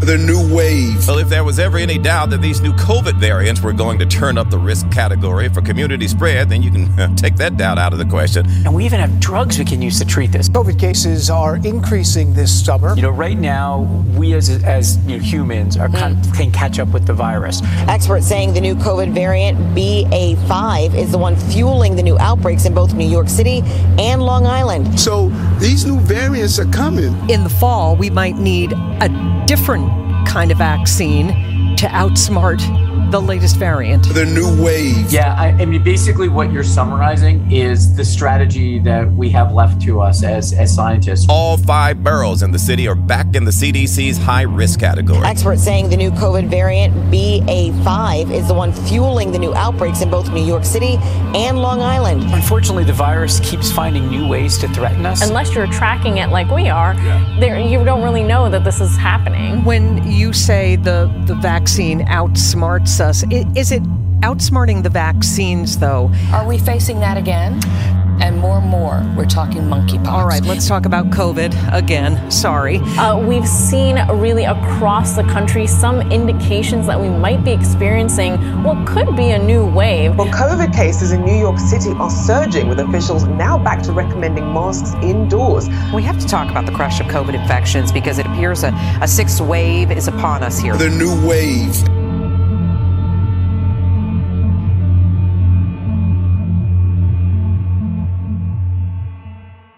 the new wave. Well, if there was ever any doubt that these new COVID variants were going to turn up the risk category for community spread, then you can take that doubt out of the question. And we even have drugs we can use to treat this. COVID cases are increasing this summer. You know, right now, we as, as you know, humans are kind of, can catch up with the virus. Experts saying the new COVID variant BA5 is the one fueling the new outbreaks in both New York City and Long Island. So these new variants are coming. In the fall, we might need a different kind of vaccine to outsmart the latest variant. The new wave. Yeah, I, I, mean, basically, what you're summarizing is the strategy that we have left to us as, as scientists. All five boroughs in the city are back in the CDC's high risk category. Experts saying the new COVID variant BA5 is the one fueling the new outbreaks in both New York City and Long Island. Unfortunately, the virus keeps finding new ways to threaten us. Unless you're tracking it like we are, yeah. there, you don't really know that this is happening. When you say the, the vaccine outsmarts us. Is it outsmarting the vaccines, though? Are we facing that again? And more and more, we're talking monkeypox. All right, let's talk about COVID again. Sorry. Uh, we've seen really across the country some indications that we might be experiencing what could be a new wave. Well, COVID cases in New York City are surging, with officials now back to recommending masks indoors. We have to talk about the crush of COVID infections because it appears a, a sixth wave is upon us here. The new wave.